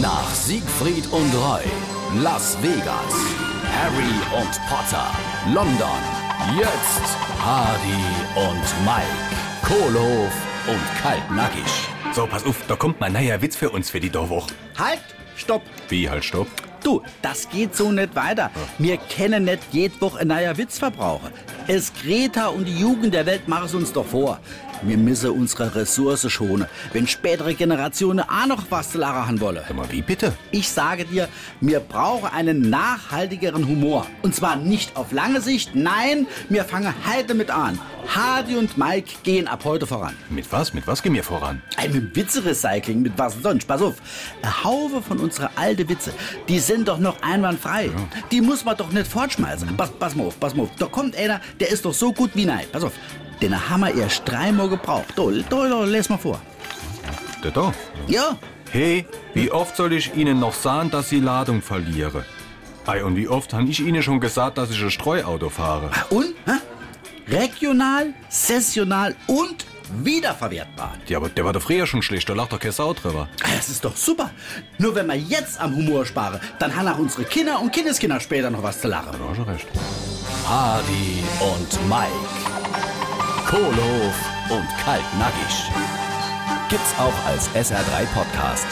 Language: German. Nach Siegfried und Roy, Las Vegas, Harry und Potter, London, jetzt Hardy und Mike, Kohlehof und Kaltnackig. So, pass auf, da kommt mal neuer Witz für uns für die Dorfwoch. Halt, stopp. Wie halt, stopp? Du, das geht so nicht weiter. Wir können nicht jede Woche ein neuer Witz verbrauchen. Es Greta und die Jugend der Welt machen es uns doch vor. Wir müssen unsere Ressource schonen, wenn spätere Generationen auch noch was zu lachen haben wollen. Sag mal, wie bitte? Ich sage dir, wir brauchen einen nachhaltigeren Humor. Und zwar nicht auf lange Sicht, nein, wir fangen heute mit an. Hardy und Mike gehen ab heute voran. Mit was? Mit was gehen wir voran? Ey, mit Witze-Recycling, mit was sonst? Pass auf, eine Haufe von unserer alten Witze, die sind doch noch einwandfrei. Die muss man doch nicht fortschmeißen. Pass, pass mal auf, pass mal auf. Da kommt einer, der ist doch so gut wie nein. Pass auf, den haben wir erst dreimal gebraucht. Da, da, da, les mal vor. Der da. Ja, Hey, wie oft soll ich Ihnen noch sagen, dass Sie Ladung verliere? Ei, und wie oft habe ich Ihnen schon gesagt, dass ich ein Streuauto fahre? und? Hä? Regional, sessional und wiederverwertbar. Ah, Ja, aber der war doch früher schon schlecht, da lacht doch kein Sau drüber. Das ist doch super. Nur wenn wir jetzt am Humor sparen, dann haben auch unsere Kinder und Kindeskinder später noch was zu lachen. Da hast du recht. Hardy und Mike, Kohlehof und Kaltnackig. Gibt's auch als SR3 Podcast.